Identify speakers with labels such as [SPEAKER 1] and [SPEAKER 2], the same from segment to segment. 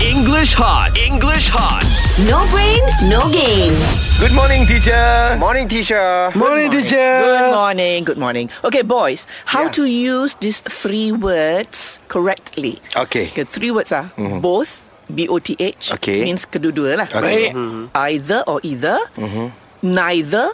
[SPEAKER 1] English hot. English hot.
[SPEAKER 2] No brain, no game.
[SPEAKER 3] Good morning, teacher.
[SPEAKER 4] Morning, teacher.
[SPEAKER 3] Morning,
[SPEAKER 5] Good
[SPEAKER 3] teacher.
[SPEAKER 5] morning, good morning. Okay, boys,
[SPEAKER 4] Uh,
[SPEAKER 5] how
[SPEAKER 4] Yeah.
[SPEAKER 5] to use these three words correctly?
[SPEAKER 4] Okay.
[SPEAKER 5] Okay, three words are both, B-O-T-H,
[SPEAKER 4] Mm-hmm. Okay.
[SPEAKER 5] means kedua-dua lah.
[SPEAKER 4] Okay. Mm-hmm. Baik.
[SPEAKER 5] Either or either, neither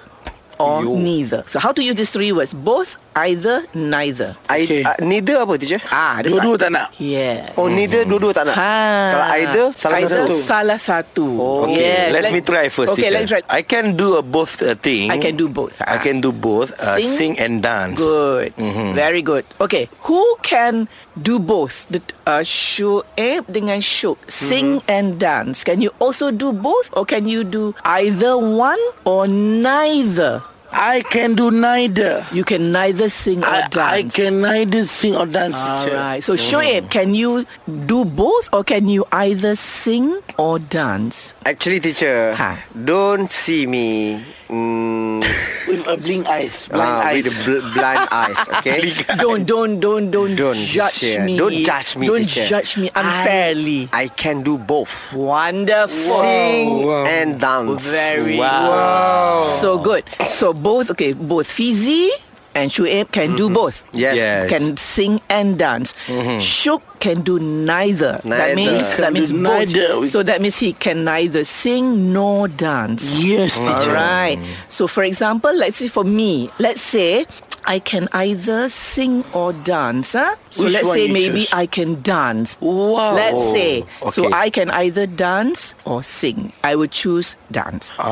[SPEAKER 5] or neither. So how to use these three words? Both, either, neither.
[SPEAKER 4] I,
[SPEAKER 3] Okay.
[SPEAKER 4] uh, neither apa, teacher?
[SPEAKER 5] Ah, that's
[SPEAKER 3] Dua-dua
[SPEAKER 5] right.
[SPEAKER 3] tak nak?
[SPEAKER 5] Yeah.
[SPEAKER 4] Oh, neither dua-dua tak nak? Kalau either, salah
[SPEAKER 5] either
[SPEAKER 4] satu.
[SPEAKER 5] salah satu.
[SPEAKER 3] Okay,
[SPEAKER 5] Yes.
[SPEAKER 3] let me try
[SPEAKER 5] oh,
[SPEAKER 3] first,
[SPEAKER 5] okay,
[SPEAKER 3] teacher.
[SPEAKER 5] let's try.
[SPEAKER 3] I can do a both uh, thing.
[SPEAKER 5] I can do both.
[SPEAKER 3] I can do both. Uh, sing.
[SPEAKER 5] Sing.
[SPEAKER 3] and dance.
[SPEAKER 5] Good.
[SPEAKER 4] Mm-hmm.
[SPEAKER 5] Very good. Okay, who can do both? The uh, syuib dengan syuk, sing
[SPEAKER 4] Mm-hmm.
[SPEAKER 5] and dance. Can you also do both or can you do either one or neither?
[SPEAKER 3] I can do neither.
[SPEAKER 5] You can neither sing or
[SPEAKER 3] I, I
[SPEAKER 5] dance.
[SPEAKER 3] can neither sing or dance,
[SPEAKER 5] All
[SPEAKER 3] teacher.
[SPEAKER 5] right. So
[SPEAKER 4] Mm-hmm.
[SPEAKER 5] Shoaib, can you do both or can you either sing or dance?
[SPEAKER 4] Actually, teacher,
[SPEAKER 5] Ha.
[SPEAKER 4] don't see me mm,
[SPEAKER 3] With a blink eyes. Blind
[SPEAKER 4] uh,
[SPEAKER 3] eyes.
[SPEAKER 4] with bl- blind eyes, okay?
[SPEAKER 5] Don't don't don't don't,
[SPEAKER 4] Don't,
[SPEAKER 5] judge
[SPEAKER 4] teacher.
[SPEAKER 5] me.
[SPEAKER 4] Don't judge me,
[SPEAKER 5] Don't
[SPEAKER 4] teacher.
[SPEAKER 5] judge me unfairly.
[SPEAKER 4] I can do both.
[SPEAKER 5] Wonderful.
[SPEAKER 4] Sing and dance.
[SPEAKER 5] Very
[SPEAKER 3] Wow.
[SPEAKER 5] so good. So both okay, both Fizi and Shoaib can do both.
[SPEAKER 4] Mm-hmm. Yes. Yes.
[SPEAKER 5] Can sing and dance. Shuk can do neither.
[SPEAKER 4] Neither.
[SPEAKER 5] That means
[SPEAKER 4] Can
[SPEAKER 5] that means
[SPEAKER 3] do
[SPEAKER 5] both.
[SPEAKER 3] neither.
[SPEAKER 5] So that means he can neither sing nor dance.
[SPEAKER 3] Yes,
[SPEAKER 5] All
[SPEAKER 3] teacher.
[SPEAKER 5] right. So for example, let's say for me, let's say I can either sing or dance. Huh? So
[SPEAKER 3] Which
[SPEAKER 5] let's
[SPEAKER 3] one
[SPEAKER 5] say
[SPEAKER 3] you
[SPEAKER 5] maybe
[SPEAKER 3] choose?
[SPEAKER 5] I can dance.
[SPEAKER 3] Wow. Oh,
[SPEAKER 5] Let's say.
[SPEAKER 4] okay.
[SPEAKER 5] So I can either dance or sing. I would choose dance. So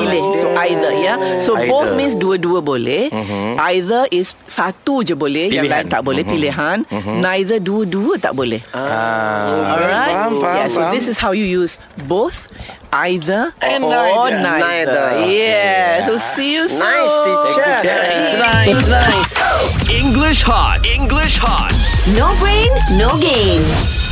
[SPEAKER 5] pilih. So either ya. So both
[SPEAKER 3] Ah. Either. Mm-hmm.
[SPEAKER 5] means dua-dua boleh. Either is satu je boleh. Yang lain
[SPEAKER 3] Pilihan. Mm-hmm.
[SPEAKER 5] tak boleh. Pilihan. Neither dua-dua tak boleh.
[SPEAKER 3] Ah.
[SPEAKER 5] All right.
[SPEAKER 3] Faham, faham,
[SPEAKER 5] yeah, so
[SPEAKER 3] faham.
[SPEAKER 5] this is how you use both, either
[SPEAKER 3] And
[SPEAKER 5] or
[SPEAKER 3] neither.
[SPEAKER 5] neither.
[SPEAKER 4] Neither.
[SPEAKER 5] Yeah. So see you soon.
[SPEAKER 4] Nice, teacher.
[SPEAKER 3] Thank you, teacher.
[SPEAKER 5] Nice, nice.
[SPEAKER 1] English hot. English hot.
[SPEAKER 2] No brain, no game.